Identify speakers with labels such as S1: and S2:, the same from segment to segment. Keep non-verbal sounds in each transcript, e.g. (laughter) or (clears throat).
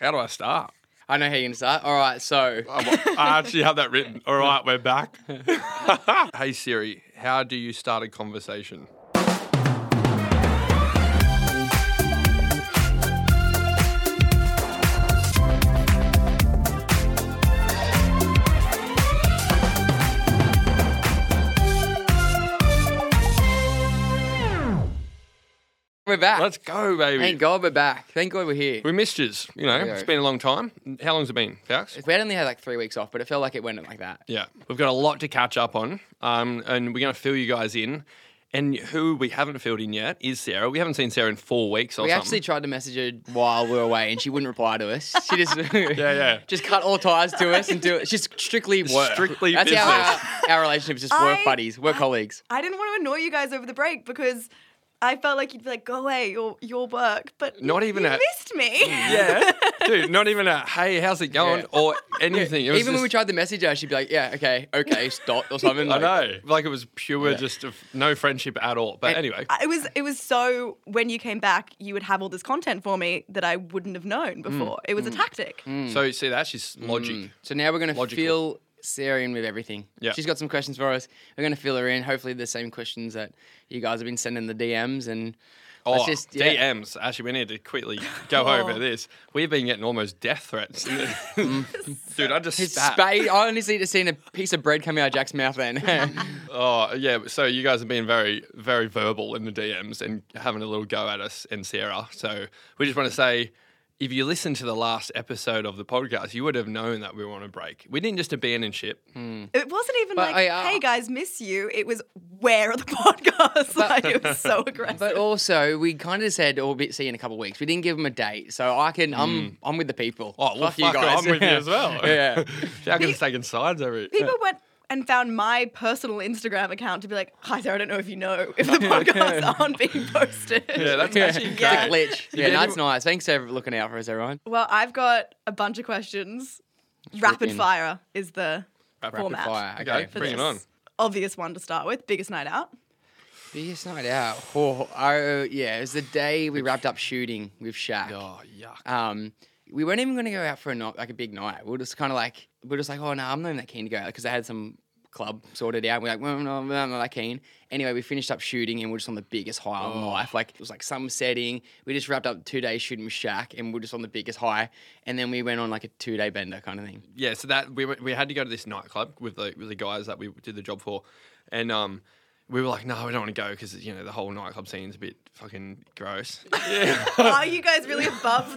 S1: How do I start?
S2: I know how you're gonna start. All right, so
S1: I (laughs) I actually have that written. All right, we're back. (laughs) hey Siri, how do you start a conversation?
S2: we're back.
S1: Let's go, baby.
S2: Thank God we're back. Thank God we're here.
S1: We missed yous. You know,
S2: Yeah.
S1: it's been a long time. How long's it been, Fax?
S2: We had only had like three weeks off, but it felt like it went like that.
S1: Yeah, we've got a lot to catch up on, um, and we're going to fill you guys in. And who we haven't filled in yet is Sarah. We haven't seen Sarah in four weeks or
S2: We
S1: something.
S2: actually (laughs) tried to message her while we were away, and she wouldn't reply to us. She just
S1: (laughs)
S2: (laughs)
S1: yeah, yeah.
S2: just cut all ties to us and do it. She's strictly work.
S1: Strictly
S2: That's
S1: business.
S2: how our, our relationship is just work
S3: I-
S2: buddies, work colleagues.
S3: I didn't want to annoy you guys over the break because I felt like you'd be like, go away, your your work, but
S1: Not even
S3: you
S1: a-
S3: missed me. (laughs)
S1: yeah, dude. Not even a hey, how's it going
S2: Yeah.
S1: or anything. It was
S2: Even when we
S1: just-
S2: tried to message her, she'd be like, "Yeah, okay,
S1: (laughs)
S2: okay, stop" or something.
S1: I
S2: like-
S1: know, like it was pure,
S2: Yeah.
S1: just of no friendship at all. But
S2: And-
S1: anyway,
S3: I- It was it was so when you came back, you would have all this content for me that I wouldn't have known before. It was a tactic.
S2: Hmm.
S1: so see that's just logic.
S2: So now we're going to
S1: Logical.
S2: fill Sarah in with everything.
S1: Yeah.
S2: She's got some questions for us. We're going to fill her in. Hopefully, the same questions that you guys have been sending the DMs and.
S1: Oh,
S2: let's just, yeah.
S1: DMs. Actually, we need to quickly go
S2: (laughs)
S3: Oh.
S1: over this. We've been getting almost death threats. (laughs) Dude, I just
S2: Mm. His
S1: spat.
S2: spa- I honestly just seen a piece of bread coming out of Jack's mouth then. (laughs)
S1: Oh yeah, so you guys have been very, very verbal in the DMs and having a little go at us and Sarah. So we just want to say, if you listened to the last episode of the podcast, you would have known that we were on a break. We didn't just abandon ship.
S2: Hmm.
S3: It wasn't even
S2: But
S3: like,
S2: I- I-
S3: hey guys, miss you. It was where are the (laughs) podcasts? like it was so aggressive.
S2: but also, we kind of said, "Oh, we'll see you in a couple of weeks." We didn't give him a date, so I can. I'm. I'm with the people.
S1: Oh, well, fuck,
S2: you guys.
S1: I'm with you
S2: (laughs)
S1: as well. (laughs)
S2: yeah.
S1: Jack is taking sides over it.
S3: People went and found my personal Instagram account to be like, hi Sarah, I don't know if you know if
S1: (laughs)
S3: the podcasts aren't being posted.
S1: Yeah, that's actually
S2: It's
S1: great.
S2: a glitch. Yeah,
S1: get
S2: that's
S1: anyone-
S2: nice. Thanks for looking out for us, everyone.
S3: Well, I've got a bunch of questions. Rapid
S2: in.
S3: fire is the format.
S2: fire.
S1: Okay,
S2: Okay.
S3: for
S1: bring it
S3: this.
S1: on.
S3: Obvious one to start with. Biggest
S2: (laughs)
S3: night out.
S2: Biggest night out. Oh, oh, yeah. It was the day we wrapped up shooting with Shaq.
S1: Oh yuck.
S2: Um, we weren't even going to go out for a night, like a big night. We were just kind of like, we were just like, oh no, I'm not even that keen to go out because I had some club sorted out. We're like, well, no, I'm not that keen. Anyway, we finished up shooting and we're just on the biggest high of
S1: Oh.
S2: life. Like it was like some setting. We just wrapped up two days shooting with Shaq and we're just on the biggest high. And then we went on like a two day bender kind of thing.
S1: yeah, so that we went- we had to go to this nightclub with the with the guys that we did the job for, and um, we were like, no, we don't want to go because you know the whole nightclub scene's a bit fucking gross.
S3: Are you guys really above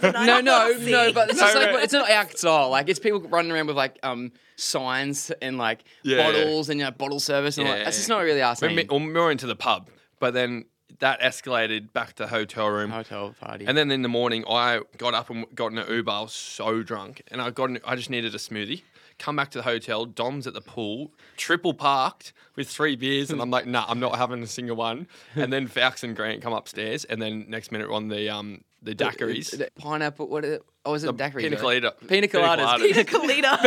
S2: (laughs)
S3: the night
S2: No,
S3: out
S2: no,
S3: scene?
S2: no, but it's just
S1: No,
S2: like
S1: but-
S2: it's not our style. Like it's people running around with like um signs and like
S1: Yeah, yeah.
S2: bottles and you know, bottle service and all that.
S1: Yeah,
S2: That's just
S1: yeah.
S2: not really our
S1: We're,
S2: scene.
S1: mi- or we were into the pub, but then that escalated back to hotel room.
S2: Hotel party.
S1: And then in the morning, I got up and got in an Uber. I was so drunk, and I got an, I just needed a smoothie. Come back to the hotel. Dom's at the pool, triple parked with three beers, and I'm like, nah, I'm not having a single one. And then Fox and Grant come upstairs, and then next minute we're on the um the daiquiris.
S2: The pineapple. What is it? Oh, is it daiquiris?
S1: pina
S2: right?
S1: colada-
S2: Pina
S1: pina
S2: coladas.
S1: colada.
S3: Pina Colada.
S2: (laughs)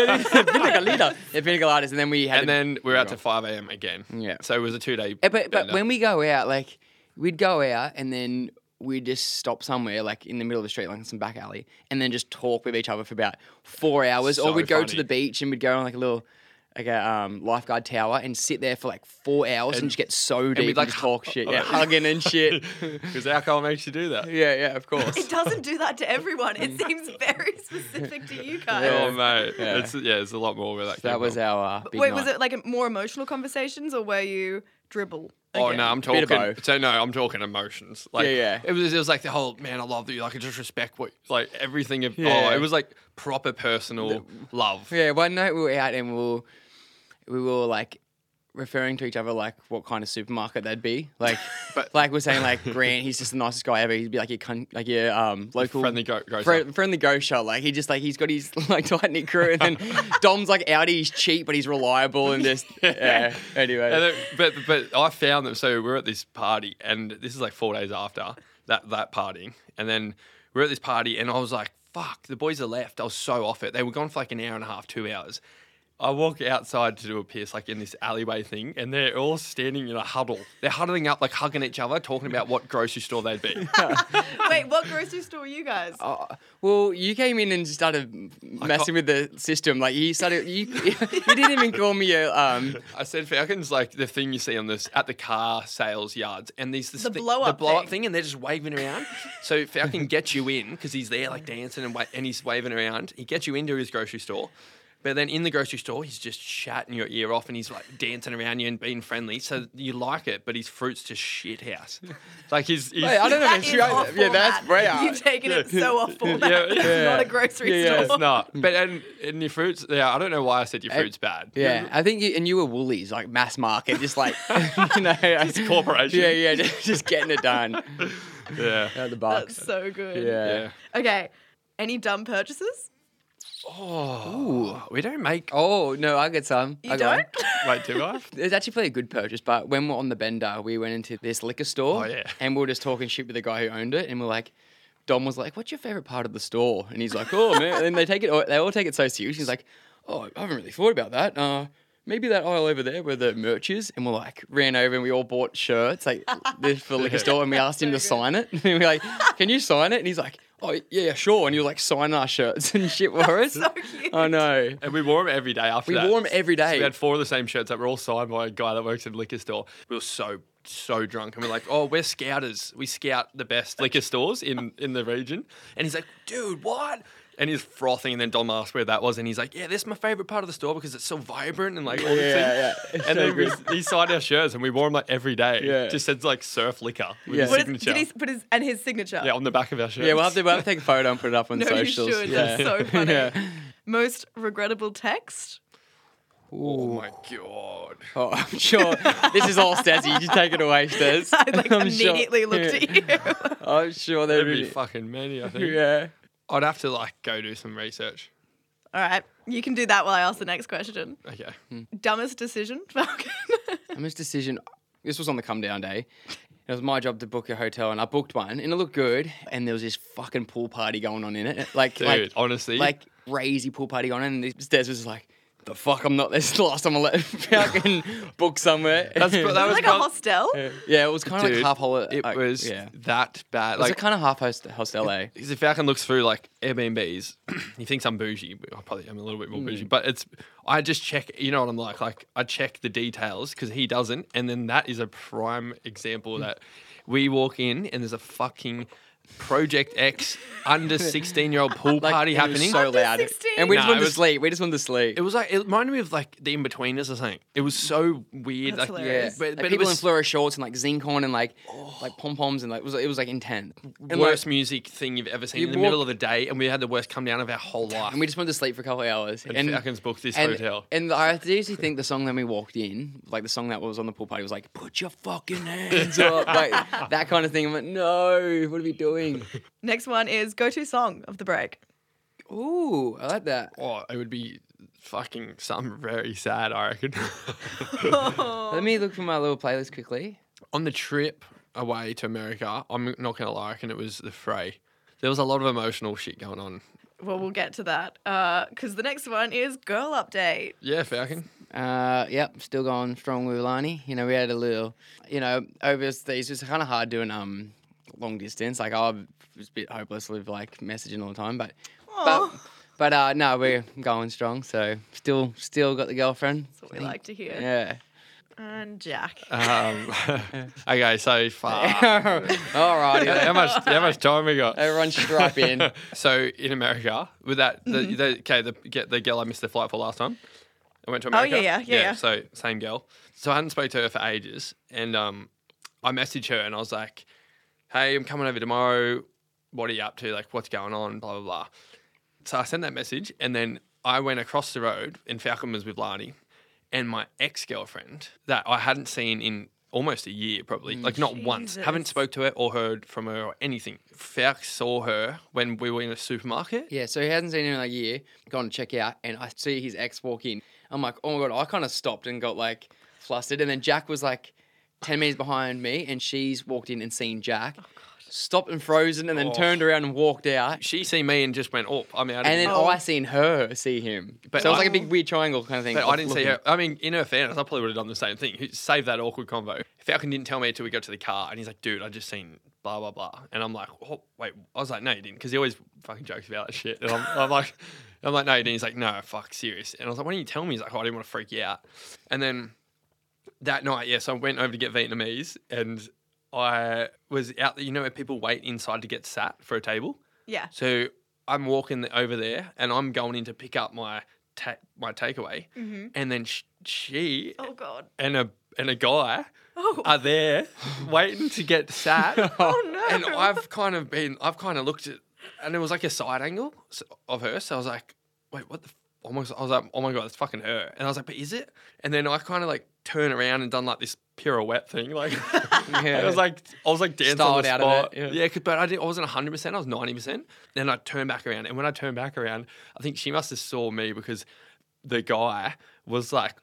S2: pina colada. Yeah, pina coladas. And then we had.
S1: and
S2: a-
S1: then we were out to 5 a.m. again.
S2: Yeah.
S1: So it was a two day. (laughs)
S2: Yeah, but
S1: uh,
S2: but when we go out, like we'd go out and then we'd just stop somewhere, like in the middle of the street, like in some back alley, and then just talk with each other for about four hours.
S1: So
S2: or we'd go to
S1: funny.
S2: the beach and we'd go on like a little. Like a um, lifeguard tower and sit there for like four hours and, just get so deep and
S1: like,
S2: just talk
S1: (laughs)
S2: shit,
S1: oh,
S2: yeah,
S1: yeah.
S2: hugging
S1: (laughs)
S2: and shit.
S1: Because alcohol makes you do that.
S2: yeah, yeah, of course.
S3: (laughs) it doesn't do that to everyone. It seems
S2: (laughs)
S3: very specific to you guys.
S1: Oh, mate.
S2: Yeah.
S1: It's, yeah, it's a lot more where that came
S2: that was
S1: from.
S2: our. Uh, big
S3: Wait,
S2: night.
S3: was it like more emotional conversations or were you dribble?
S1: Oh
S3: again?
S1: no, I'm
S2: Bit
S1: talking.
S2: of both.
S1: So no, I'm talking emotions. Like,
S2: yeah.
S1: It was. It was like the whole man. I love you. Like I just respect what. Like everything. Of,
S2: Yeah.
S1: Oh, it was like proper personal love.
S2: Yeah, one night we were out and we were, we were like referring to each other like what kind of supermarket that'd be. Like,
S1: (laughs) But-
S2: like we're saying like Grant, he's just the nicest guy ever. He'd be like your con- like your um local
S1: Friendly go- grocer.
S2: Fri- friendly ghost shop. Like he just like he's got his (laughs) like tight knit crew,
S1: (laughs)
S2: and then Dom's like Audi, he's cheap but he's reliable and just yeah. Anyway,
S1: And then, but but I found them. So we we're at this party, and this is like four days after that that partying, and then we we're at this party, and I was like, "Fuck, the boys are left." I was so off it. They were gone for like an hour and a half, two hours. I walk outside to do a piss, like in this alleyway thing, and they're all standing in a huddle. They're huddling up, like hugging each other, talking about what grocery store they'd be.
S3: Wait, what grocery store were you guys?
S2: Oh, well, you came in and started m- messing with the system. Like you started, you, (laughs) you didn't even call me a um.
S1: I said Falcons like the thing you see on this at the car sales yards, and these this
S3: The
S1: thi-
S3: blow-up
S1: the blow up
S3: thing.
S1: thing. and they're just waving around. so Falcon gets you in because he's there like dancing and wa- and he's waving around. He gets you into his grocery store. But then in the grocery store, he's just chatting your ear off and he's like dancing around you and being friendly. So you like it, but his fruit's just shit house. Like he's, he's
S2: Hey, I don't know
S3: That
S2: if
S3: is
S2: it's right.
S3: off
S2: Yeah, that's
S3: format.
S2: way out.
S3: You've taken it so
S2: (laughs)
S3: off format.
S1: Yeah, (laughs)
S3: It's
S1: yeah.
S3: (laughs) not a
S2: Yeah,
S3: grocery
S2: yeah,
S1: It's
S3: store.
S1: not. But and, and your fruits, yeah, I don't know why I said your
S2: Eh,
S1: fruit's bad.
S2: Yeah, I think you and you were Woolies, like mass market, just like (laughs) you know, just
S1: corporation.
S2: Yeah, yeah, (laughs) just, just getting it done out
S1: Yeah.
S2: of the box.
S3: That's so good.
S2: yeah.
S1: Yeah.
S3: Okay. Any dumb purchases?
S1: Oh, we don't make.
S2: Oh no, I get some.
S3: You
S2: I got
S1: (laughs)
S3: don't?
S2: one.
S1: Wait, do I?
S2: It was actually probably a good purchase, but when we we're on the bender, we went into this liquor store
S1: Oh, yeah.
S2: and we were just talking shit with the guy who owned it, and we're like, Dom was like, "What's your favorite part of the store?" And he's like, "Oh man," and they take it, they all take it so serious. He's like, "Oh, I haven't really thought about that." Uh, Maybe that aisle over there where the merch is, and we're like ran over and we all bought shirts like this for (laughs) the liquor store, and we asked him to
S3: So good.
S2: sign it. (laughs) And we're like, "Can you sign it?" And he's like, "Oh yeah, sure." And he was like signing our shirts and shit for us.
S3: So cute.
S2: I know.
S1: And we wore them every day after
S2: We
S1: that.
S2: wore 'em every
S1: So
S2: day.
S1: we had four of the same shirts that were all signed by a guy that works in a liquor store. We were so, so drunk. And we're like, oh, we're scouters. We scout the best liquor stores in, in the region. And he's like, dude, what? And he's frothing. And then Dom asked where that was. And he's like, yeah, this is my favorite part of the store because it's so vibrant and like all this thing.
S2: Yeah, yeah.
S1: And
S2: So
S1: then we, he signed our shirts and we wore them like every day.
S2: Yeah.
S1: Just said like surf liquor with
S2: Yeah.
S1: his
S3: What is-
S1: signature.
S3: did he put his and his signature?
S1: yeah, on the back of our shirts.
S2: Yeah, we'll have to, we'll have to take a photo and put it up on
S3: No, you
S2: socials.
S3: should.
S2: Yeah.
S3: That's so funny.
S2: Yeah.
S3: Most regrettable text? (laughs)
S1: Oh my God.
S2: Oh, I'm sure this is all Stazzy. You take it away, Staz.
S1: (laughs)
S3: (laughs) I like
S2: I'm sure-
S3: immediately looked at you. (laughs)
S2: Yeah. (laughs) I'm sure there'd
S1: There'd be
S2: be.
S1: fucking many, I think.
S2: (laughs) Yeah.
S1: I'd have to like go do some research.
S3: All right. You can do that while I ask the next question.
S1: Okay.
S2: Hmm.
S3: Dumbest decision, (laughs)
S1: (laughs)
S3: Falcon.
S2: I missed decision. This was on the come down day. It was my job to book a hotel, and I booked one, and it looked good. And there was this fucking pool party going on in it, like,
S1: Dude,
S2: like,
S1: honestly.
S2: like crazy pool party going on. And this Staz was just like, "The fuck, I'm not (laughs) this is the last time I let fucking book somewhere." (laughs)
S1: That's- but that was-
S3: like a
S1: prob-
S3: hostel.
S2: yeah, it was kind of like
S1: Dude,
S2: half holiday.
S1: It was
S2: yeah.
S1: that bad.
S2: Like,
S1: Like,
S2: it kind of half host hostel, eh?
S1: because if Falcon looks through like Airbnbs, (clears throat) he thinks I'm bougie. but I probably am a little bit more
S2: Hmm.
S1: bougie, but it's I just check. You know what I'm like? Like I check the details because he doesn't, and then that is a prime example
S2: Hmm.
S1: that we walk in and there's a fucking Project X
S2: (laughs)
S1: under 16 year old pool
S2: Like,
S1: party
S2: it was
S1: happening.
S2: so
S3: Under
S2: loud.
S3: 16?
S2: And we just
S1: Nah,
S2: wanted
S1: it
S2: to
S1: was-
S2: sleep. We just wanted to sleep.
S1: it was like it reminded me of like the Inbetweeners or something. It was so weird.
S3: That's
S1: like
S2: yeah,
S3: hilarious.
S1: but,
S2: Like,
S1: but it
S2: people in
S1: was
S2: fluoro shorts and like zinc on and like like pom poms and like it was it was like intense. Oh. And, like,
S1: worst music thing you've ever seen
S2: You
S1: in the
S2: walk-
S1: middle of the day, and we had the worst come down of our whole life.
S2: and we just wanted to sleep for a couple of hours.
S1: and, Falcons booked this
S2: and,
S1: hotel.
S2: and I seriously think the song that we walked in, like the song that was on the pool party, was like "Put your fucking hands (laughs) up," like that kind of thing. I'm like, no, what are we doing? (laughs)
S3: Next one is go to song of
S1: (laughs)
S3: the break. (laughs)
S2: Ooh, I like that.
S1: oh, it would be fucking something very sad, I reckon. (laughs)
S2: Let me look for my little playlist quickly.
S1: On the trip away to America, I'm not gonna lie, I reckon it was the fray. There was a lot of emotional shit going on.
S3: Well, we'll get to that because the next one is girl update.
S1: Yeah, (laughs) Falcon.
S2: Uh, yep, still going strong with Lani. You know, we had a little, you know, overseas. It's kind of hard doing um long distance. Like I was a bit hopeless with like messaging all the time, but but,
S3: Aw.
S2: but uh, no, we're going strong. So still, still got the girlfriend.
S3: That's what we like to hear.
S2: Yeah. (laughs)
S3: And Jack.
S1: Um, (laughs) okay, so (laughs) far.
S2: (laughs) all right.
S1: how much? How much time we got?
S2: Everyone strap in.
S1: (laughs) so in America, with that, the,
S3: Mm-hmm.
S1: the, okay, the get the girl I missed the flight for last time. I went to
S3: yeah,
S1: America.
S3: Oh, yeah, yeah, yeah.
S1: So same girl. So I hadn't spoke to her for ages, and um, I messaged her and I was like, "Hey, I'm coming over tomorrow. What are you up to? Like, what's going on? Blah blah blah." So I sent that message, and then I went across the road, and Falcon was with Lani, and my ex girlfriend that I hadn't seen in almost a year, probably like not once. Haven't
S3: Mm, Jesus.
S1: spoke to her or heard from her or anything. Falk saw her when we were in a supermarket.
S2: Yeah, so he hasn't seen him in a year. Gone to check out, and I see his ex walk in. I'm like, oh my god! I kind of stopped and got like
S3: Oh,
S2: flustered, and then Jack was like ten minutes behind me, and she's walked in and seen Jack. stopped and frozen, and then
S1: Oh.
S2: turned around and walked out.
S1: She seen me and just went, "Oh, I'm out." of
S2: And
S1: here."
S2: then
S3: Oh.
S2: I seen her see him.
S1: But
S2: so it was
S1: I-
S2: like a big weird triangle kind of thing.
S1: But I
S2: of
S1: didn't see
S2: looking.
S1: her. I mean, in her fairness, I probably would have done the same thing. Who- Save that awkward convo. Falcon didn't tell me until we got to the car, and he's like, "Dude, I just seen blah blah blah," and I'm like, oh, "Wait," I was like, "No, you didn't," because he always fucking jokes about that shit, and I'm, I'm like, (laughs) "I'm like, no, you didn't." He's like, "No, fuck, serious," and I was like, "Why didn't you tell me?" He's like, "Oh, I didn't want to freak you out," and then that night, yes, I went over to get Vietnamese, and I was out. You know where people wait inside to get sat for a table.
S3: Yeah.
S1: So I'm walking the, over there, and I'm going in to pick up my ta- my takeaway, and then sh- she
S3: Mm-hmm. Oh God.
S1: and a and a guy
S3: Oh.
S1: (laughs) are there waiting to get
S2: (laughs)
S1: sat.
S3: oh no.
S1: and I've kind of been, I've kind of looked at, and it was like a side angle s- of her. So I was like, wait, what the? F-? Almost, I was like, oh my god, it's fucking her. And I was like, but is it? And then I kind of like turn around and done like this pirouette thing, like.
S2: (laughs) Yeah.
S1: I was like, I was like dancing on
S2: Styled
S1: the
S2: out of
S1: spot.
S2: it, yeah.
S1: yeah, 'cause- but I, did, I wasn't 100%. I was 90%. Then I turned back around. And when I turned back around, I think she must have saw me because the guy was like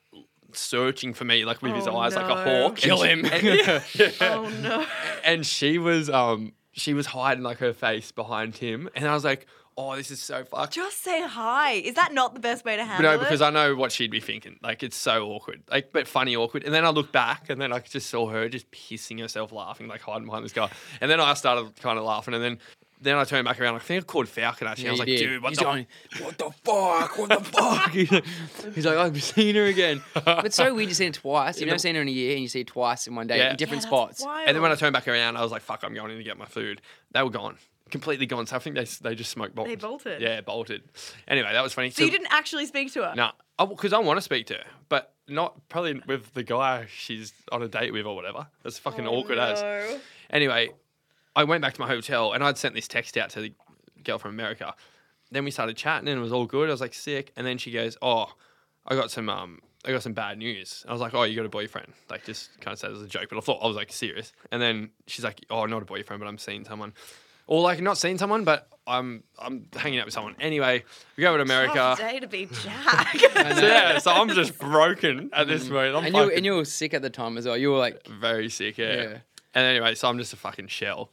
S1: searching for me, like with his
S3: Oh,
S1: eyes like a
S3: no.
S1: hawk.
S2: Kill
S1: And she-
S2: him.
S1: and-
S2: (laughs)
S1: (laughs) yeah.
S3: oh no.
S1: And she was, um, she was hiding like her face behind him. And I was like, oh, this is so fucked.
S3: Just say hi. Is that not the best way to handle
S1: No,
S3: it?
S1: because I know what she'd be thinking. Like it's so awkward, like but funny awkward. And then I look back, and then I just saw her just pissing herself laughing, like hiding behind this guy. And then I started kind of laughing, and then then I turned back around. I think I called Falcon actually. I was like,
S2: Yeah, you did.
S1: dude, what
S2: He's
S1: the? (laughs)
S2: going, what the fuck? What (laughs) the fuck? He's like, he's like, I've seen her (laughs) again. But it's so weird you've seen her twice. You've
S1: Yeah,
S2: never
S1: the-
S2: seen her in a year, and you see her twice in one day
S1: Yeah.
S2: in different
S3: Yeah, that's
S2: spots.
S3: wild.
S1: and then when I turned back around, I was like, fuck, I'm going in to get my food. They were gone, completely gone. So I think they they just smoked bombs.
S3: They bolted.
S1: Yeah, bolted. Anyway, that was funny.
S3: so you didn't actually speak to her.
S1: No, because I, want to speak to her, but not probably with the guy she's on a date with or whatever. That's fucking
S3: Oh,
S1: awkward as.
S3: no.
S1: Anyway, I went back to my hotel and I'd sent this text out to the girl from America. Then we started chatting and it was all good. I was like sick, and then she goes, "Oh, I got some um, I got some bad news." I was like, "Oh, you got a boyfriend?" Like just kind of said it as a joke, but I thought I was like serious. And then she's like, "Oh, not a boyfriend, but I'm seeing someone." Or like not seeing someone, but I'm I'm hanging out with someone. Anyway, we go over to America.
S3: Tough day to
S1: (laughs)
S3: be Jack.
S1: So, yeah, so I'm just broken at this moment. I'm
S2: Mm. And you,
S1: fucking
S2: and you were sick at the time as well. You were like,
S1: very sick. Yeah.
S2: Yeah.
S1: And anyway, so I'm just a fucking shell.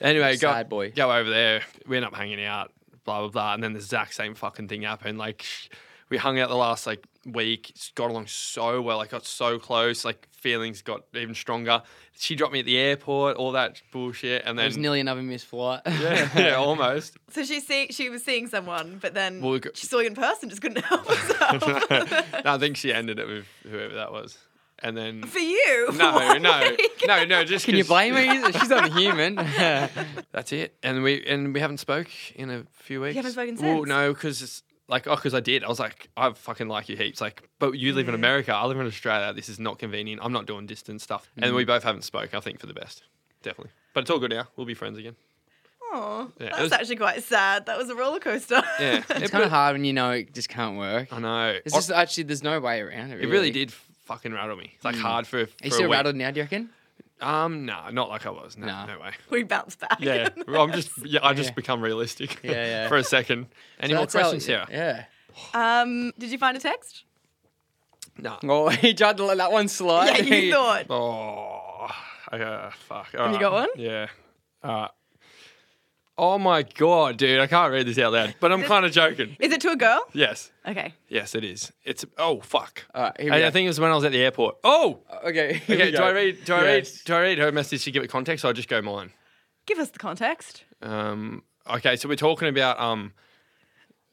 S1: Anyway,
S2: Sad
S1: go,
S2: boy.
S1: go over there. We end up hanging out, blah blah blah, and then the exact same fucking thing happened. Like sh- we hung out the last like week. It's got along so well. I got so close. Like feelings got even stronger. She dropped me at the airport. All that bullshit, and
S2: it
S1: then
S2: was nearly another missed flight.
S1: (laughs) yeah, yeah, almost.
S3: (laughs) so she see, she was seeing someone, but then
S1: Well, we got-
S3: she saw you in person, just couldn't (laughs)
S1: (laughs)
S3: help herself.
S1: I think she ended it with whoever that was, and
S2: (laughs)
S1: then
S3: For you.
S1: no,
S3: Why?
S1: no, no, no. Just
S2: (laughs) Can you
S1: 'cause-
S2: blame her?
S1: (laughs)
S2: She's not human.
S1: That's it. And we and we haven't spoke in a few weeks.
S3: haven't spoken
S1: Well,
S3: since?
S1: no, because it's like oh, because I did. I was like, I fucking like you heaps. Like, but you live in America. I live in Australia. This is not convenient. I'm not doing distance stuff. And
S2: Mm.
S1: we both haven't spoke. I think for the best, definitely. But it's all good now. We'll be friends again.
S3: Aw,
S1: Yeah, it
S3: that's
S1: was-
S3: actually quite sad. That was a roller coaster.
S1: Yeah,
S2: (laughs) It's
S1: it,
S2: kind of hard when you know it just can't work.
S1: I know.
S2: It's just actually, there's no way around it.
S1: it really did fucking rattle me. It's like hard for. for
S2: Are
S1: a
S2: you still
S1: week.
S2: Mm. rattled now, do you reckon?
S1: Um, no, not like I was. No,
S2: Nah.
S1: no
S2: (laughs)
S1: way.
S3: (laughs) we bounced back. (laughs)
S1: Yeah, well, I'm just. Yeah, I just
S2: Yeah.
S1: become realistic.
S2: Yeah,
S1: (laughs)
S2: yeah.
S1: for a second. Any
S2: So
S1: more
S2: that's how-
S1: questions, Sarah?
S2: Yeah.
S3: Um, did you find a text?
S1: No.
S2: Well, Oh, (laughs) he tried to let that one
S3: Yeah,
S1: (laughs)
S2: slide.
S3: you thought.
S1: Oh, uh, fuck. All
S3: you
S1: right.
S3: got one?
S1: Yeah. All right. Oh my god, dude! I can't read this out loud, but I'm kind of joking.
S3: Is it to a girl?
S1: Yes,
S3: Okay.
S1: yes, it is. It's oh fuck.
S2: (laughs) All right, here we
S1: I,
S2: go.
S1: I think it was when I was at the airport. Oh,
S2: okay. here
S1: okay.
S2: we
S1: Do
S2: go.
S1: I read? Do I
S2: Yes.
S1: read? Do I read her message to give it context, or I just go mine?
S3: Give us the context.
S1: Um. Okay, so we're talking about um.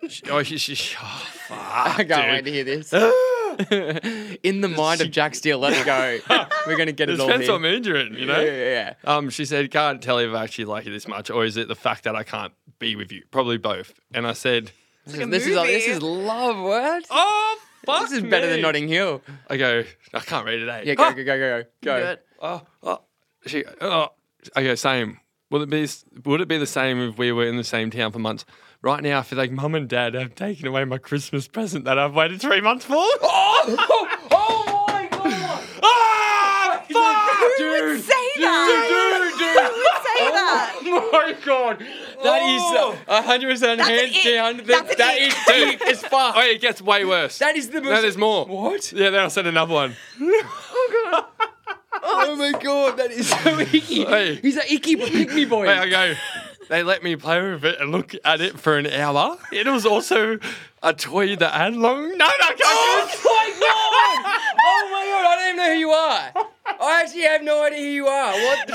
S1: sh- Oh, she, she, she- oh fuck! I
S2: (laughs) I can't wait to hear
S1: (laughs)
S2: this. In the mind of Jack Steele, let's go.
S1: (laughs)
S2: We're gonna get
S1: It
S2: it all
S1: depends
S2: here.
S1: on mood you're in, you know.
S2: Yeah, yeah, yeah.
S1: Um, she said, "Can't tell if I actually like you this much, or is it the fact that I can't be with you? Probably both." And I said,
S2: This,
S3: like
S2: is,
S3: a
S2: this, is, like- this
S3: movie.
S2: is love, what?
S1: "Oh, fuck
S2: this is better than
S1: me."
S2: Notting Hill.
S1: I go, "I can't read it." Eh?
S2: Yeah, go,
S1: Ah,
S2: go, go, go, go.
S3: You do
S2: go.
S3: it.
S1: Oh, oh. She, oh. I go, "Same. Will it be? Would it be the same if we were in the same town for months?" Right now, I feel like mum and dad have taken away my Christmas present that I've waited three months for. Oh,
S2: Oh my god!
S1: ah, fuck,
S3: Who would
S1: dude,
S3: say that?
S1: dude,
S3: Who
S1: dude.
S3: would say that?
S1: Oh my god,
S2: That
S1: uh,
S2: is a hundred percent
S3: That's an
S2: hands
S3: it.
S2: down.
S3: That's
S2: That,
S3: an
S2: that
S3: it.
S2: is (laughs) deep as fuck.
S1: Oh, it gets way worse.
S2: That is the most.
S1: no, there's more.
S2: What?
S1: (laughs) Yeah, then I sent another one.
S3: Oh god.
S2: Oh my god, that (laughs) is so icky.
S1: Hey.
S2: He's an icky pick me boy.
S1: Wait, I go. They let me play with it and look at it for an hour. It was also a toy that had long. No, no,
S2: (laughs) Oh
S1: can't.
S2: my god! Oh my god! I don't even know who you are. I actually have no idea who you are. What the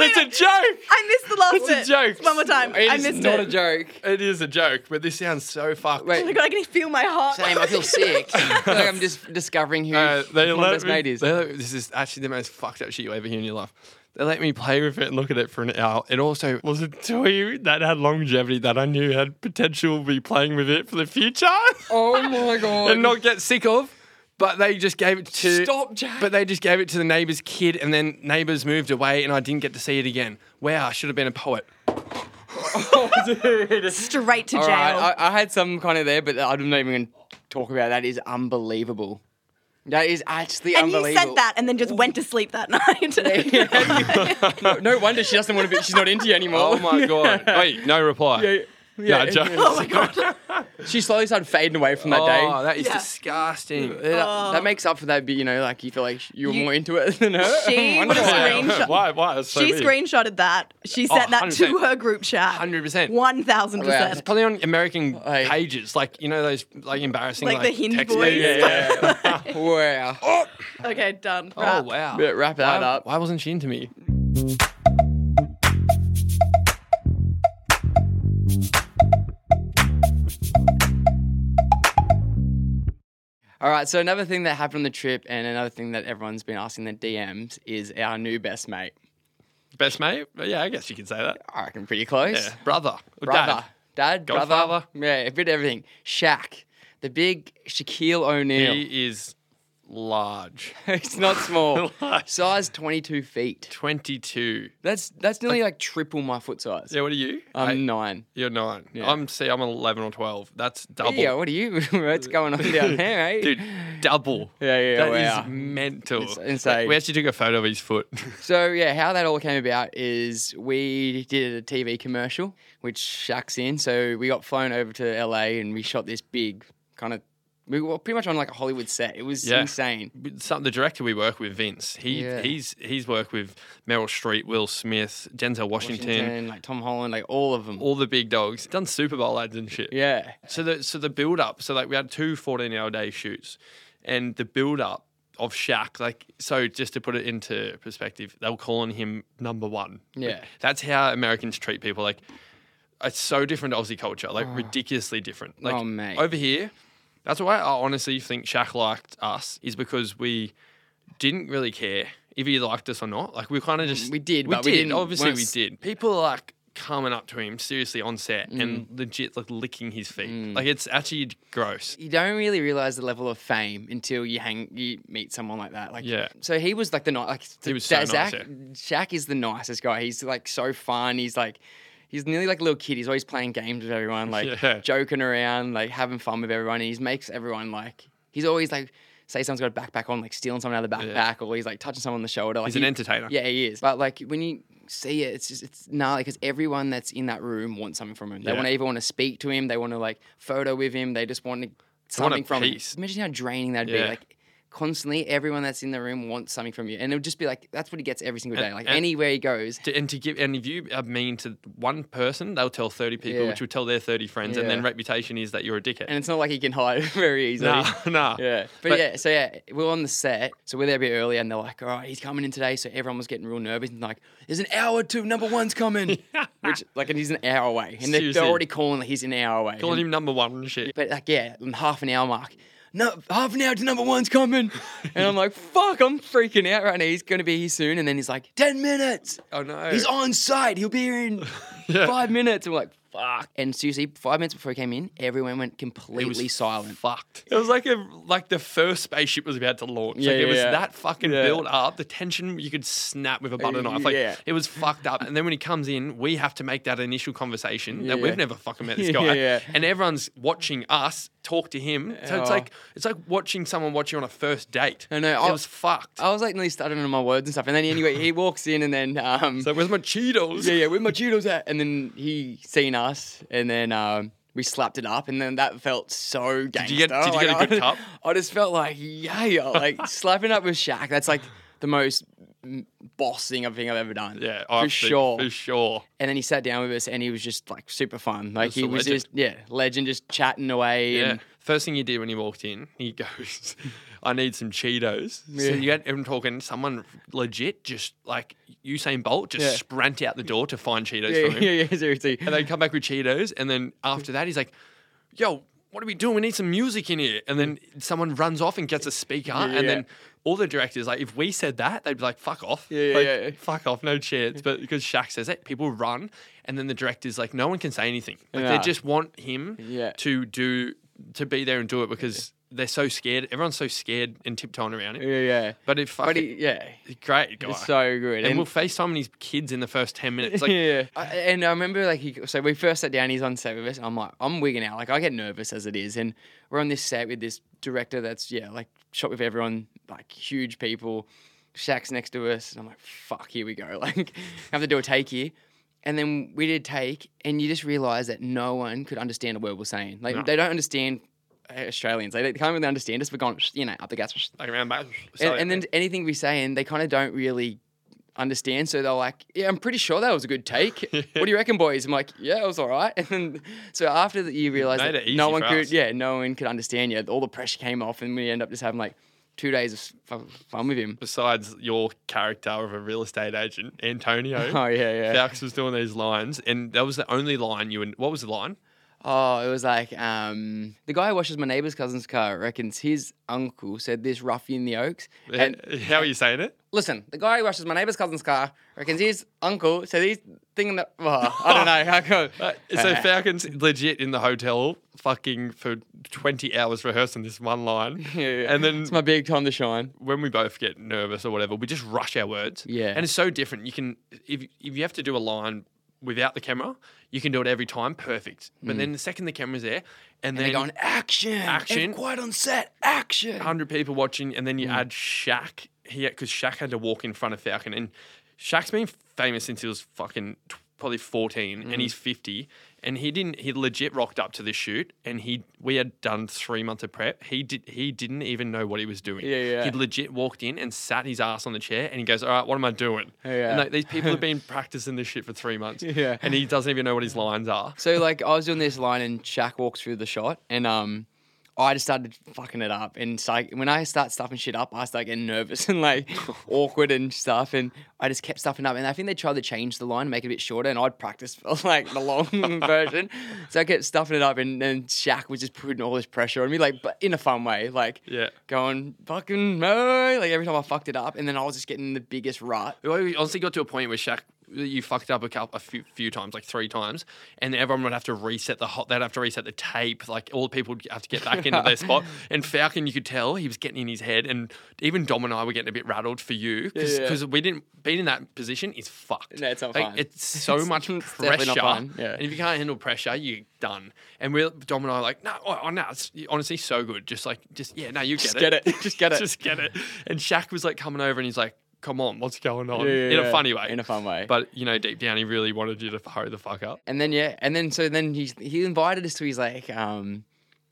S1: (laughs) It's a joke.
S3: I missed the last
S1: It's a
S3: bit.
S1: joke.
S3: One more time.
S1: It
S3: I
S1: is
S3: missed
S2: Not a
S3: it.
S2: joke.
S1: It is a joke, but this sounds so fucked.
S3: Oh (laughs)
S2: Wait.
S3: my god, I can feel my heart.
S2: Same.
S3: (laughs)
S2: I feel (laughs) sick. I feel like I'm just discovering who
S1: Uh, they
S2: one of
S1: let
S2: us
S1: me,
S2: mate is.
S1: they let me- This is actually the most fucked up shit you ever hear in your life. They let me play with it and look at it for an hour. It also was a toy that had longevity that I knew had potential to be playing with it for the future
S2: Oh my
S1: (laughs)
S2: god!
S1: and not get sick of. But they just gave it to
S2: Stop, Jack.
S1: But they just gave it to the neighbor's kid, and then neighbors moved away, and I didn't get to see it again. Wow, I should have been a poet.
S3: Straight to
S2: All
S3: jail.
S2: right, I, I had some kind of there, but I'm not even going to talk about. it. That is unbelievable. That is actually
S3: and you
S2: unbelievable.
S3: said that and then just went to sleep that
S1: (laughs)
S3: (laughs) night.
S2: no, no wonder she doesn't want to be. She's not into you anymore.
S1: Oh
S2: (laughs)
S1: my god! Wait, no reply.
S2: Yeah, yeah,
S1: No, Jack-
S2: yeah.
S3: oh
S1: (laughs)
S3: my god.
S2: She slowly started fading away from that
S1: Oh,
S2: day.
S1: that is
S3: Yeah.
S1: (laughs) disgusting.
S2: That,
S3: Oh.
S2: that makes up for that bit, you know, like you feel like you were
S3: You-
S2: more into it than her.
S3: She
S2: (laughs) Wonder
S3: was (laughs)
S2: why.
S3: screamed- Screenshot.
S1: Why? Why? That's so
S3: She
S1: weird.
S3: screenshotted that. She
S1: Oh,
S3: sent that to
S1: 100%.
S3: her group chat.
S1: 100%.
S3: 1000%.
S2: Wow.
S1: It's probably on American
S2: Like-
S1: pages, like you know those like embarrassing
S3: Like
S1: like,
S3: the Hinge
S1: text
S3: boys.
S1: messages.
S2: (laughs) Yeah. wow.
S3: Okay, done.
S1: Oh
S3: Wrap.
S1: wow.
S2: Yeah, wrap that
S1: why,
S2: up.
S1: why wasn't she into me?
S2: All right. So another thing that happened on the trip, and another thing that everyone's been asking the DMs is our new best mate.
S1: Best mate? But yeah, I guess you could say that.
S2: I reckon pretty close.
S1: Yeah, brother, or
S2: brother, dad, brother,
S1: Godfather.
S2: yeah, a bit of everything. Shaq, the big Shaquille
S1: dad.
S2: O'Neal.
S1: He is large,
S2: (laughs) it's
S1: (laughs)
S2: not small.
S1: Large.
S2: size 22 feet.
S1: twenty-two.
S2: That's that's nearly like triple my foot size.
S1: Yeah, what are you?
S2: I'm
S1: Eight.
S2: nine.
S1: You're nine.
S2: Yeah.
S1: I'm see. I'm eleven or twelve. That's double.
S2: Yeah, what are you? (laughs) What's going on
S1: (laughs)
S2: down there, eh?
S1: Dude, double.
S2: Yeah, yeah,
S1: That is
S2: wow.
S1: mental.
S2: It's insane.
S1: We actually took a photo of his foot. (laughs)
S2: So yeah, how that all came about is we did a TV commercial, which Shaq's in. So we got flown over to LA and we shot this big kind of. We were pretty much on like a Hollywood set. It was
S1: Yeah.
S2: insane.
S1: with some, the director we work with, Vince, he
S2: Yeah.
S1: he's he's worked with Meryl Streep, Will Smith, Denzel Washington,
S2: Washington, like Tom Holland, like all of them.
S1: all the big dogs. Done Super Bowl ads and shit.
S2: Yeah.
S1: So the so the build up. So like we had two 14 hour day shoots, and the build up of Shaq. Like so, just to put it into perspective, they were calling him number one. Like,
S2: Yeah.
S1: that's how Americans treat people. Like it's so different to Aussie culture. Like ridiculously different. Like
S2: Oh, mate.
S1: over here, that's why I honestly think Shaq liked us is because we didn't really care if he liked us or not. Like we kind of just
S2: Mm, We did, but we didn't-
S1: obviously
S2: weren't
S1: we
S2: s-
S1: did. People are like coming up to him seriously on set and
S2: Mm.
S1: legit like licking his feet. Like it's actually gross.
S2: You don't really realize the level of fame until you hang, you meet someone like that. Like,
S1: Yeah.
S2: So he was like the night, like
S1: He was so nice,
S2: Zach,
S1: yeah.
S2: Shaq is the nicest guy. He's like so fun. He's like, he's nearly like a little kid. He's always playing games with everyone, like
S1: Yeah.
S2: joking around, like having fun with everyone. And he makes everyone like, he's always like, say someone's got a backpack on, like stealing someone out of the
S1: Yeah.
S2: backpack, or he's like touching someone on the shoulder. Like
S1: He's an
S2: he-
S1: entertainer.
S2: (laughs) Yeah, he is. But like when you see it, it's just it's gnarly because everyone that's in that room wants something from him. They
S1: Yeah.
S2: want to either want to speak to him, they want to like photo with him, they just want to something from
S1: piece.
S2: him. Imagine how draining that'd be.
S1: Yeah.
S2: Like constantly, everyone that's in the room wants something from you, and it would just be like that's what he gets every single day. Like
S1: and-
S2: anywhere he goes,
S1: To, and to give, and if you are mean to one person, they'll tell thirty people,
S2: Yeah.
S1: which will tell their thirty friends, and then
S2: Yeah.
S1: reputation is that you're a dickhead.
S2: and (laughs) it's not like he can hide very easily.
S1: nah, (laughs) nah.
S2: Yeah. But,
S1: But-
S2: yeah, so yeah, we we're on the set. So we're there a bit earlier and they're like, all right, he's coming in today. So everyone was getting real nervous and like, there's an hour to number one's
S1: (laughs)
S2: coming. Which, like, and he's an hour away. And they're,
S1: Seriously.
S2: they're already calling that he's an hour away.
S1: Calling
S2: And-
S1: him number one and shit.
S2: But like, yeah, in half an hour mark. No, half an hour to number one's
S1: (laughs)
S2: coming. And I'm like, fuck, I'm freaking out right now. He's going to be here soon. And then he's like, 10 minutes.
S1: Oh no.
S2: He's on site. He'll be
S1: (laughs)
S2: here in five minutes. I'm like, fuck. And seriously, five minutes before he came in, everyone went
S1: It
S2: completely silent.
S1: Fucked. It was like a, like the first spaceship was about to launch.
S2: Yeah,
S1: like
S2: yeah,
S1: it was
S2: yeah.
S1: that fucking
S2: Yeah.
S1: build up, the tension you could snap with a butter knife. Like
S2: Yeah.
S1: it was fucked up. And then when he comes in, we have to make that initial conversation that
S2: Yeah.
S1: we've never fucking met this
S2: Yeah,
S1: guy.
S2: (laughs) yeah.
S1: And everyone's watching us talk to him. So it's
S2: Oh.
S1: like it's like watching someone watch you on a first date.
S2: I know, Oh.
S1: It
S2: I-
S1: was fucked.
S2: I was like nearly stuttering on my words and stuff. And then anyway, he walks in and then um
S1: so where's my Cheetos?
S2: (laughs) yeah, yeah, where my Cheetos at? And then he seen us and then um we slapped it up and then that felt so gangster.
S1: you get- did you
S2: Like,
S1: get a good
S2: (laughs) I-
S1: cup? (laughs)
S2: I just felt like yeah, like slapping up with Shaq. That's like the most m- boss thing I think I've ever done.
S1: Yeah,
S2: for sure.
S1: For sure.
S2: And then he sat down with us, and he was just like super fun. Like
S1: Just
S2: he
S1: a
S2: was
S1: legend.
S2: just yeah, legend, just chatting away.
S1: Yeah.
S2: And
S1: First thing you did when you walked in, he goes, (laughs) I need some Cheetos.
S2: Yeah.
S1: So you had him talking, someone legit just like Usain Bolt just
S2: Yeah.
S1: sprint out the door to find Cheetos
S2: yeah,
S1: for him.
S2: (laughs) yeah, yeah, seriously.
S1: And they come back with Cheetos. And then after that, he's like, yo, what are we doing? We need some music in here. And then someone runs off and gets a speaker.
S2: Yeah.
S1: And then all the directors, like, if we said that, they'd be like, fuck off.
S2: Yeah, yeah,
S1: Like,
S2: yeah.
S1: Fuck off, no chance. But because Shaq says it, people run. And then the director's like, no one can say anything. Like,
S2: Yeah.
S1: They just want him
S2: Yeah.
S1: to do, to be there and do it because they're so scared. Everyone's so scared and tiptoeing around him.
S2: yeah, yeah.
S1: But if
S2: But
S1: fucking
S2: he, yeah,
S1: great guy.
S2: it's so good.
S1: and, we'll FaceTime his kids in the first 10 minutes. Like,
S2: (laughs) yeah. I, and I remember like he, so we first sat down. He's on set with us. And I'm like, I'm wigging out. Like I get nervous as it is, and we're on this set with this director that's yeah, like shot with everyone, like huge people. Shaq's next to us, and I'm like, fuck, here we go. (laughs) Like I have to do a take here. And then we did take, and you just realize that no one could understand a word we're saying. Like
S1: No.
S2: they don't understand uh, Australians. They, they can't really understand us. We're going, you know, up the gas
S1: like around back.
S2: and, and then anything we say, and they kind of don't really understand. So they're like, "Yeah, I'm pretty sure that was a good take.
S1: (laughs)
S2: what do you reckon, boys?" I'm like, "Yeah, it was all right." (laughs) And then so after that, you realize
S1: Made
S2: that
S1: it
S2: no
S1: easy
S2: one
S1: for
S2: could,
S1: us.
S2: yeah, no one could understand you. All the pressure came off, and we end up just having like two days of fu- fun
S1: (laughs)
S2: with him.
S1: besides your character of a real estate agent, Antonio.
S2: (laughs) Oh yeah, yeah.
S1: Fox was doing these lines, and that was the only line you. And what was the line?
S2: Oh, it was like um, the guy who washes my neighbor's cousin's car reckons his uncle said this roughie in the Oaks, and
S1: (laughs) How are you saying it?
S2: Listen, the guy who washes my neighbor's cousin's car reckons his uncle said he's thinking that. Well, oh,
S1: (laughs)
S2: I don't know. How come?
S1: Uh,
S2: Uh-huh.
S1: so Falcons legit in the hotel, fucking for twenty hours rehearsing this one line, (laughs)
S2: (laughs) Yeah, yeah.
S1: and then
S2: it's my big time to shine.
S1: when we both get nervous or whatever, we just rush our words.
S2: Yeah.
S1: and it's so different. You can if if you have to do a line without the camera, you can do it every time, perfect. But then the second the camera's there, and,
S2: Hmm. And
S1: then
S2: they're going action,
S1: Action.
S2: quite on set, action.
S1: hundred people watching, and then
S2: Mm.
S1: you add Shaq here because Shaq had to walk in front of Falcon, and Shaq's been famous since he was fucking tw- probably fourteen,
S2: Mm.
S1: and he's fifty, and he didn't. He legit rocked up to this shoot, and he we had done three months of prep. He did. He didn't even know what he was doing.
S2: Yeah, yeah.
S1: He legit walked in and sat his ass on the chair, and he goes, "All right, what am I doing?"
S2: Yeah.
S1: And like, these people
S2: (laughs)
S1: have been practicing this shit for three months.
S2: Yeah.
S1: And he doesn't even know what his lines are.
S2: So like, I was doing this line, and Shaq walks through the shot, and um. I just started fucking it up, and it's like when I start stuffing shit up, I start getting nervous (laughs) and
S1: (laughs)
S2: like awkward and stuff, and I just kept stuffing up. And I think they tried to change the line, make it a bit shorter, and I'd practice for (laughs) like the long
S1: (laughs)
S2: version. So I kept stuffing it up, and then Shaq was just putting all this pressure on me, like but in a fun way, like
S1: Yeah.
S2: going fucking mo, like every time I fucked it up, and then I was just getting the biggest rut.
S1: Well, We honestly got to a point where Shaq, you fucked up a couple, a few, few times, like three times, and everyone would have to reset the hot. They'd have to reset the tape. Like all the people would have to get back into their
S2: (laughs)
S1: spot. And Falcon, you could tell he was getting in his head, and even Dom and I were getting a bit rattled for you because
S2: Yeah, yeah.
S1: we didn't being in that position is fucked.
S2: No, it's not
S1: Like,
S2: fun. (laughs)
S1: It's so
S2: It's-
S1: much
S2: it's definitely
S1: pressure.
S2: not fun, yeah.
S1: And if you can't handle pressure, you're done. And we, are Dom and I, were like, no, oh, oh, no, it's honestly so good. Just like, just yeah, no, you
S2: Just get it, (laughs) just get it.
S1: just get it. And Shaq was like coming over, and he's like. Come on, what's going on?
S2: Yeah, yeah,
S1: in
S2: yeah.
S1: a funny way.
S2: In a fun way.
S1: But you know, deep down, he really wanted you to hurry the fuck up. (laughs)
S2: And then yeah, and then so then he he invited us to his like um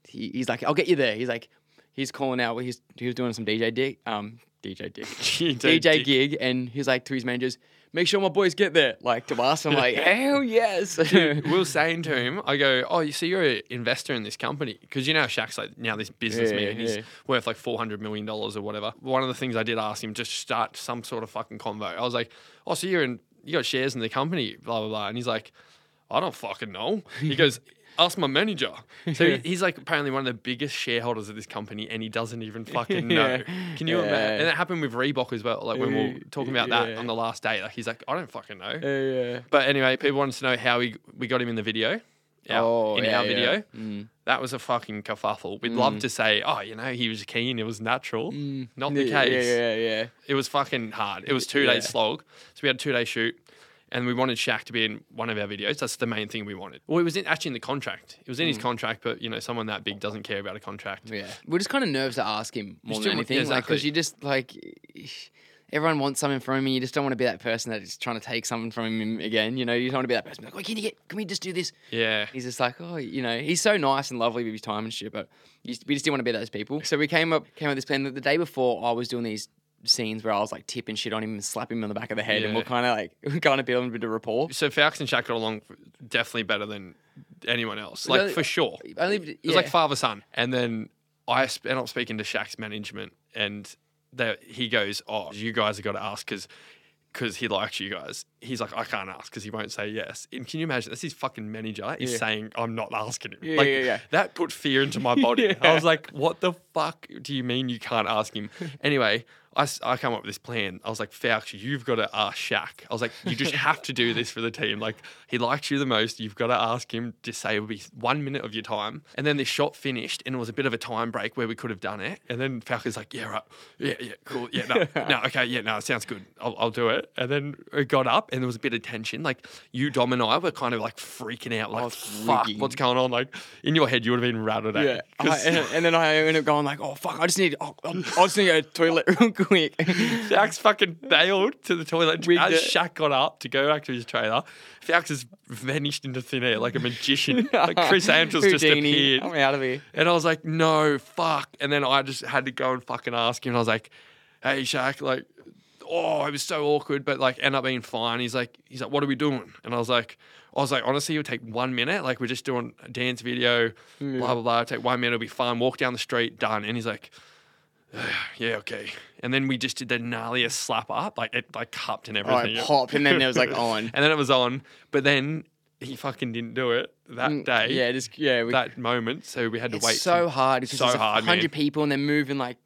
S2: he, he's like I'll get you there. He's like he's calling out. He's he was doing some DJ dick um DJ
S1: (laughs)
S2: dick
S1: DJ
S2: DJ gig, and he's like to his managers, make sure my boys get there. Like to us,
S1: (laughs)
S2: I'm like hell yes. (laughs)
S1: we were saying to him, I go, oh, you see, you're an investor in this company because you know Shaq's like now this businessman,
S2: Yeah,
S1: he's
S2: yeah.
S1: worth like four hundred million dollars or whatever. One of the things I did ask him just start some sort of fucking convo. I was like, oh, so you're in, you got shares in the company, blah blah blah, and he's like, I don't fucking know. He
S2: (laughs)
S1: goes. Ask my manager. So he- he's like apparently one of the biggest shareholders of this company, and he doesn't
S2: (laughs)
S1: even fucking know.
S2: Yeah.
S1: Can you
S2: Yeah.
S1: imagine? And that happened with Reebok as well. Like when we were talking about that
S2: Yeah.
S1: on the last day, like he's like, I don't fucking know.
S2: yeah.
S1: But anyway, people wanted to know how we we got him in the video. Our,
S2: Oh,
S1: in
S2: yeah, Mm.
S1: our
S2: yeah.
S1: video. That was a fucking kerfuffle. We'd love to say, oh, you know, he was keen, it was natural. Not the
S2: Mm. Yeah,
S1: case.
S2: yeah, yeah.
S1: It was fucking hard. It was two
S2: Yeah.
S1: days slog. So we had a two day shoot and we wanted Shaq to be in one of our videos. That's the main thing we wanted. Well, it was in, actually in the contract. It was in his contract, but you know, someone that big doesn't care about a contract.
S2: Mm. Yeah, we're just kind of nervous to ask him more
S1: Just
S2: than
S1: do-
S2: anything,
S1: yeah,
S2: like because
S1: exactly.
S2: you just like everyone wants something from him, and you just don't want to be that person that is trying to take something from him again. You know, you don't want to be that person like, "Wait, can you get? Can we just do this?"
S1: Yeah.
S2: He's just like, oh, you know, he's so nice and lovely with his time and shit, but you- we just didn't want to be those people. So we came up, came up with this plan. The day before, I was doing these scenes where I was like tipping shit on him and slap him on the back of the head, and
S1: Yeah.
S2: we'll kind of like (laughs) we kind of build a bit of rapport.
S1: So Falcons and Shaq got along definitely better than anyone else, like
S2: Really?
S1: for sure.
S2: Only
S1: It was like
S2: yeah.
S1: father son, and then I sp- ended up speaking to Shaq's management, and they, he goes, "Oh, you guys have got to ask because." Because he likes you guys. He's like, I can't ask because he won't say yes. And can you imagine? That's his fucking manager is
S2: Yeah.
S1: saying, I'm not asking him.
S2: Yeah,
S1: like,
S2: yeah, yeah.
S1: (laughs) That put fear into my body. I was like, what the fuck do you mean you can't ask him? Anyway, I, s- I come up with this plan. I was like, Fauci, you've got to ask Shaq. I was like, you just have to do this for the team. Like, he likes you the most. You've got to ask him. Just say it would be one minute of your time. And then this shot finished, and it was a bit of a time break where we could have done it. And then Falco's like, yeah, right. Yeah, yeah, cool. Yeah,
S2: (laughs)
S1: no, no, okay, yeah, no, it sounds good. I'll, I'll do it. And then it got up, and there was a bit of tension. Like, you, Dom, and I were kind of like freaking out. Like,
S2: was
S1: fuck,
S2: freaking-
S1: what's going on? Like, in your head, you would have been rattled at.
S2: Yeah,
S1: it.
S2: (laughs)
S1: (laughs)
S2: I,
S1: 'Cause-
S2: and, and then I end up going like, "Oh fuck! I just need, oh, I just need to go to the toilet (laughs) real quick."
S1: Falcons fucking bailed to the toilet.
S2: Wigged
S1: As
S2: it.
S1: Shaq got up to go back to his trailer, Falcons has vanished into thin air like a
S2: (laughs)
S1: magician. (laughs) like Chris Angels just
S2: Houdini, Oh,
S1: appeared.
S2: I'm out
S1: (laughs)
S2: of here.
S1: And I was like, no, fuck. And then I just had to go and fucking ask him. And I was like, hey, Shaq, like, oh, it was so awkward, but like, end up being fine. He's like, he's like, what are we doing? And I was like, I was like, honestly, it'll take one minute. Like, we're just doing a dance video, blah, blah, blah. Take one minute, it'll be fine. Walk down the street, done. And he's like, (sighs) yeah, okay. And then we just did the gnarliest slap up. Like, it like cupped and
S2: Oh,
S1: everything.
S2: it popped, and then there was like on.
S1: (laughs) And then it was on. But then he fucking didn't do it that day,
S2: Mm, Yeah, just yeah. We,
S1: that moment. So we had to
S2: it's
S1: wait.
S2: so hard. It's
S1: so
S2: just
S1: hard, man.
S2: Hundred people, and they're moving like.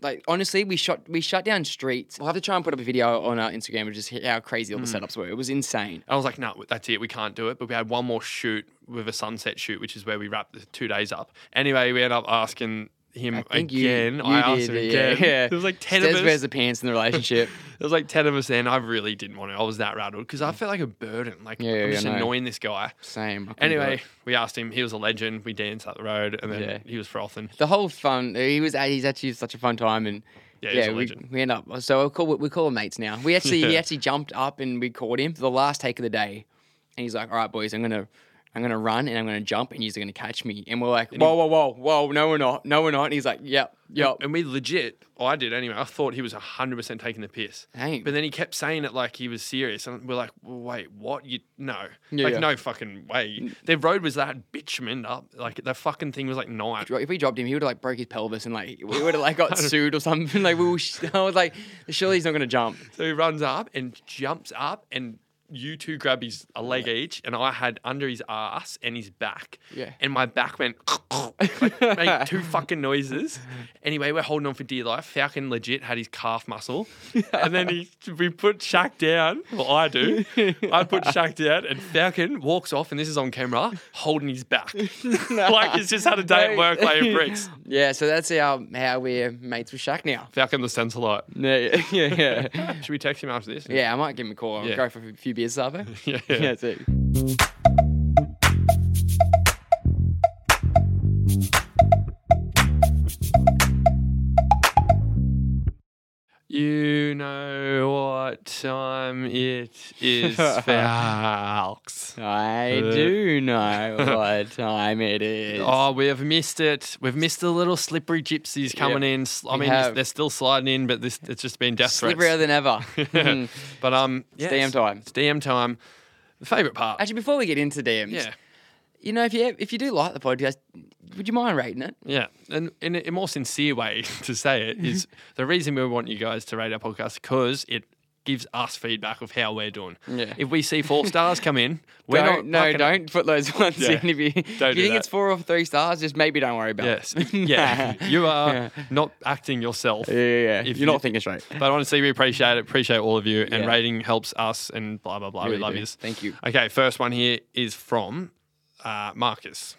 S2: Like honestly, we shot we shut down streets. We'll have to try and put up a video on our Instagram of just how crazy all the
S1: Hmm.
S2: setups were. It was insane.
S1: I was like, no, that's it. We can't do it. But we had one more shoot with a sunset shoot, which is where we wrapped the two days up. Anyway, we ended up asking him
S2: I think you-
S1: again.
S2: you
S1: I asked
S2: did
S1: him
S2: it, yeah,
S1: again.
S2: (laughs) yeah.
S1: There was like 10
S2: Des
S1: of
S2: wears
S1: us.
S2: the pants in
S1: (laughs)
S2: the relationship.
S1: There was like 10 of us then. I really didn't want to. I was that rattled because I felt like a burden. Like,
S2: Mm. Yeah,
S1: I'm
S2: yeah,
S1: just
S2: I know.
S1: annoying this guy.
S2: Same. I couldn't do
S1: Anyway,
S2: it.
S1: we asked him. He was a legend. We danced up the road and then
S2: Yeah.
S1: he was frothing.
S2: the whole fun. He was he's actually such a fun time and.
S1: Yeah,
S2: Yeah,
S1: he's a
S2: we,
S1: legend.
S2: we end up. So we call we call him mates now. We actually
S1: (laughs)
S2: he
S1: Yeah.
S2: actually jumped up and we caught him for the last take of the day, and he's like, "All right, boys, I'm gonna I'm gonna run and I'm gonna jump and you're gonna catch me." And we're like, "Whoa, whoa, whoa, whoa! No, we're not. No, we're not." And he's like, "Yep, yep."
S1: And we legit, I did anyway, I thought he was 100% taking the piss.
S2: Dang.
S1: But then he kept saying it like he was serious. And we're like, well, wait, what? You No.
S2: Yeah,
S1: like,
S2: yeah.
S1: no fucking way. Their road was that bitumen up. Like, the fucking thing was like night.
S2: If we dropped him, he would have like broke his pelvis and like we would have like
S1: (laughs)
S2: got sued or something. (laughs) Like we, were, I was like, surely he's not gonna jump.
S1: So he runs up and jumps up and you two grab his a leg each and I had under his ass and his back.
S2: Yeah.
S1: And my back went (laughs) like,
S2: (laughs)
S1: made two fucking noises. Anyway, we're holding on for dear life. Falcon legit had his calf
S2: (laughs)
S1: muscle. And then he we put Shaq down. Well I do. I
S2: (laughs)
S1: put Shaq down and Falcon walks off and this is on camera, holding his
S2: (laughs)
S1: back. (laughs) like he's just had a day at work laying bricks.
S2: Yeah, so that's how how we're mates with Shaq now.
S1: Falcon the sense light.
S2: Yeah, (laughs) yeah, yeah.
S1: Should we text him after this?
S2: yeah I might give him a call. I'll
S1: Yeah.
S2: Go for a few beers, (laughs) Sabo.
S1: (laughs) Yeah.
S2: that's it.
S1: You know what time it
S2: (laughs)
S1: is, Falks.
S2: I
S1: Uh.
S2: do know what
S1: (laughs)
S2: time it is.
S1: Oh, we have missed it. We've missed the little slippery gypsies coming in. Sl- I
S2: We
S1: mean,
S2: have.
S1: they're still sliding in, but this it's just been death
S2: Slipperier than ever.
S1: (laughs)
S2: Mhm.
S1: threats. but um, yeah,
S2: DM time.
S1: It's DM time. The favorite part.
S2: Actually, before we get into DMs,
S1: yeah,
S2: you know, if you if you do like the podcast, would you mind rating it?
S1: yeah. And in a a more sincere way (laughs) to say it
S2: (laughs)
S1: is the reason we want you guys to rate our podcast because it gives us feedback of how we're doing.
S2: Yeah.
S1: If we see four stars come
S2: (laughs)
S1: in, we're not
S2: Don't, no,
S1: fucking-
S2: don't put those (laughs) ones
S1: Yeah.
S2: in. If you, if
S1: Don't do
S2: you think it's
S1: that.
S2: four or three stars, just maybe don't worry about (laughs)
S1: Yes.
S2: it.
S1: Yeah. you are
S2: Yeah.
S1: not acting yourself.
S2: Yeah, yeah, yeah.
S1: If
S2: You're
S1: you-
S2: not thinking straight.
S1: But honestly, we appreciate it. Appreciate all of you. And
S2: Yeah.
S1: rating helps us and blah, blah, blah.
S2: Really
S1: we love
S2: do.
S1: you.
S2: Thank you.
S1: Okay. First one here is from uh, Marcus.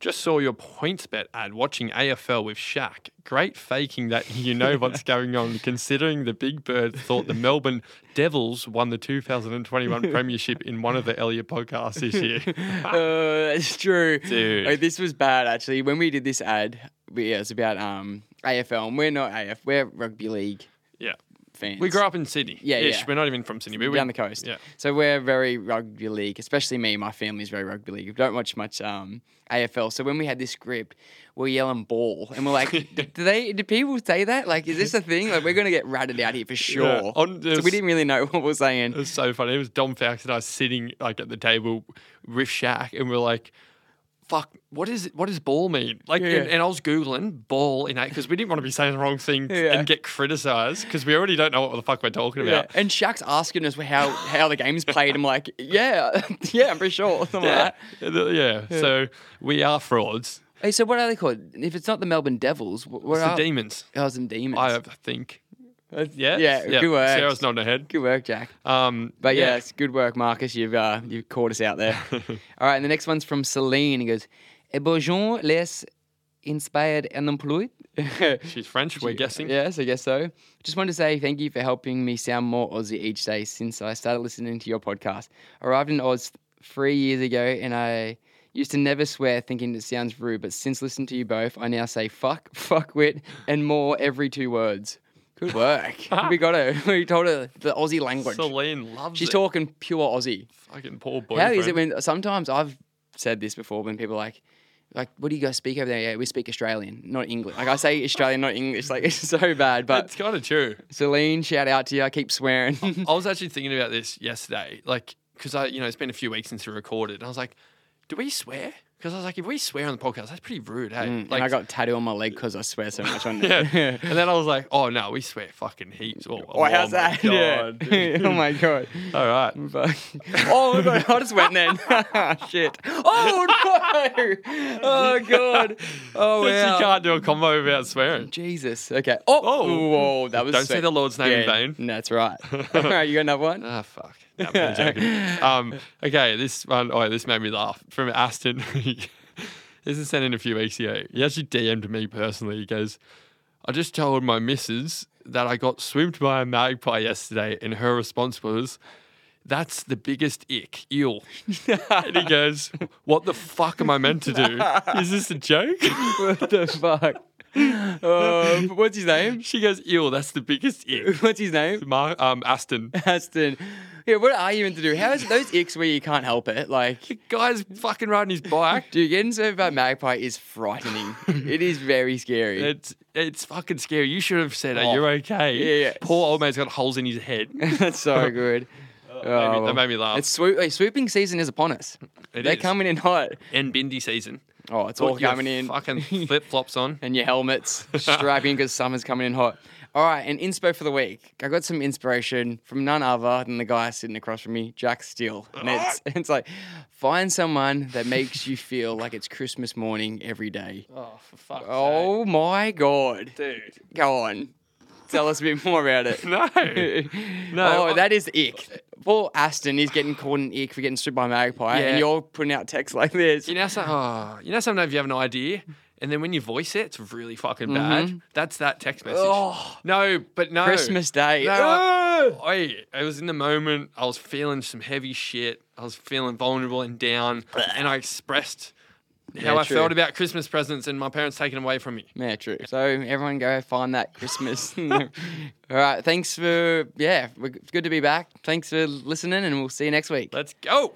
S1: Just saw your points bet ad watching AFL with Shaq. Great faking that you
S2: (laughs)
S1: know what's going on, considering the Big Bird thought the Melbourne Devils won the
S2: (laughs)
S1: 2021 Premiership in one of the earlier podcasts this year.
S2: uh, it's true.
S1: Dude.
S2: Like, this was bad actually. When we did this ad, we, yeah, it's about um AFL, and we're not AF, we're rugby league
S1: yeah.
S2: fans.
S1: We grew up in Sydney.
S2: Yeah,
S1: ish.
S2: yeah.
S1: We're not even from Sydney. We, we,
S2: down the coast.
S1: Yeah.
S2: So we're very rugby league, especially me. My family's very rugby league. We don't watch much um, AFL. So when we had this script, we're yelling ball, and we're
S1: (laughs)
S2: like, do they? Do people say that? Like, is this a thing? Like, we're gonna get ratted out here for sure.
S1: On-
S2: so we didn't really know (laughs) what we we're saying.
S1: It was so funny. It was Dom Fox and I sitting like at the table with Shaq, and we are like, "Fuck, what is what does ball mean?" Like,
S2: Yeah.
S1: and, and I was googling ball in eight because we didn't want to be saying the wrong thing
S2: (laughs) Yeah.
S1: and get criticized because we already don't know what the fuck we're talking
S2: Yeah.
S1: about.
S2: And Shaq's asking us how how the game's played. I'm like, yeah, (laughs) yeah, I'm pretty sure. Something like
S1: Yeah.
S2: that.
S1: yeah. So we are frauds.
S2: Hey, so what are they called? If it's not the Melbourne Devils, wh- what
S1: It's the
S2: are
S1: demons.
S2: Oh, it's the Demons.
S1: I uh, think.
S2: That's-
S1: Yeah.
S2: Yeah, good work.
S1: Sarah's nodding her head.
S2: Good work, Jack.
S1: Um,
S2: But yeah, it's good work, Marcus. You've uh, you've caught us
S1: (laughs)
S2: out there. All right, and the next one's from Celine. He goes, "Et bonjour les inspired and employed." (laughs)
S1: she's French. We're guessing.
S2: Yes, I guess so. Just wanted to say thank you for helping me sound more Aussie each day since I started listening to your podcast. I arrived in Oz three years ago and I used to never swear thinking it sounds rude, but since listening to you both, I now say fuck, (laughs) fuckwit, and more every two words.
S1: (laughs)
S2: Good work. we got her. (laughs) We told her the Aussie language.
S1: Celine loves
S2: She's
S1: it.
S2: talking pure Aussie.
S1: Fucking poor boy.
S2: How is it when sometimes I've said this before when people are like, like, what do you guys speak over there? Yeah, we speak Australian, not English. Like I say Australian, not English. Like it's so bad. But
S1: It's kind of true.
S2: Celine, shout out to you. I keep swearing. (laughs)
S1: I was actually thinking about this yesterday, like because I, you know, it's been a few weeks since we recorded, and I was like, "Do we swear?" Because I was like, "If we swear on the podcast, that's pretty rude, hey."
S2: Mm, and
S1: like,
S2: I
S1: (laughs)
S2: got a tattoo on my leg because I swear so much on (laughs)
S1: yeah.
S2: it.
S1: and then I was like, "Oh no, we swear fucking heaps." (laughs) Oh,
S2: Oh, how's
S1: my
S2: that? (laughs)
S1: God,
S2: yeah.
S1: dude.
S2: oh my god.
S1: All
S2: (laughs)
S1: right. (laughs)
S2: Fuck. oh my god, I just went then. (laughs) Shit. Oh no.
S1: (laughs)
S2: Oh god. Oh
S1: She
S2: wow.
S1: can't do a combo without swearing.
S2: Jesus. Okay. Oh.
S1: Oh.
S2: Whoa. That was.
S1: Don't say
S2: sweet.
S1: the Lord's name in vain.
S2: That's right.
S1: (laughs)
S2: All right. You got another one?
S1: Ah, fuck. No, I'm only (laughs) joking. um, okay, this one, oh, this made me laugh. From Aston. (laughs) this is sent in a few weeks ago. He actually DM'd me personally. He goes, I just told my missus that I got swooped by a magpie yesterday, and her response was, that's the biggest ick, eel. and he (laughs) goes, What the fuck am I meant to do? Is this a joke?
S2: (laughs)
S1: (laughs)
S2: what the fuck? Uh, what's his name?
S1: she goes, Eel, that's the biggest ick.
S2: What's his name?
S1: Mar- um, (laughs) Aston.
S2: Aston. Yeah, what are you meant to do? How is those icks where you can't help it? Like,
S1: Guy's fucking riding his bike.
S2: dude, getting served by a magpie is frightening. it is very scary.
S1: It's it's fucking scary. You should have said, "Are
S2: Oh.
S1: you okay?"
S2: Yeah, yeah.
S1: Poor old man's got holes in his
S2: (laughs)
S1: head. Made me-
S2: (laughs)
S1: (laughs)
S2: That's so good. Oh,
S1: that
S2: well.
S1: made me laugh.
S2: It's swoop, hey, swooping season is upon us.
S1: It
S2: They're
S1: is.
S2: coming in hot.
S1: and bindi season.
S2: Oh, it's all
S1: Put your
S2: coming in. (laughs)
S1: Fucking flip flops on.
S2: and
S1: (laughs)
S2: your helmets, strap in because summer's coming in hot. All right, and inspo for the week. I got some inspiration from none other than the guy sitting across from me, Jack Steele. And it's, (laughs) it's like, find someone that makes you feel like it's Christmas morning every day.
S1: Oh, for fuck's
S2: Oh my God.
S1: dude.
S2: Go on. Tell us a bit more about it.
S1: (laughs)
S2: (laughs)
S1: No,
S2: oh,
S1: I-
S2: that is ick. Poor Aston is getting caught an ick for getting stripped by a magpie,
S1: Yeah.
S2: and you're putting out texts like this.
S1: you know, some, oh, you know, sometimes you have an idea, and then when you voice it, it's really fucking bad. That's that text message.
S2: Mm-hmm. Oh.
S1: No, but no.
S2: Christmas Day.
S1: No,
S2: Ah!
S1: I, I was in the moment. I was feeling some heavy shit. I was feeling vulnerable and down, and I expressed how
S2: Yeah,
S1: I
S2: true.
S1: felt about Christmas presents and my parents taking them away from me.
S2: Yeah, true. So everyone go find that Christmas. (laughs) All right. Thanks for, yeah, we're- it's good to be back. Thanks for listening, and we'll see you next week.
S1: Let's go.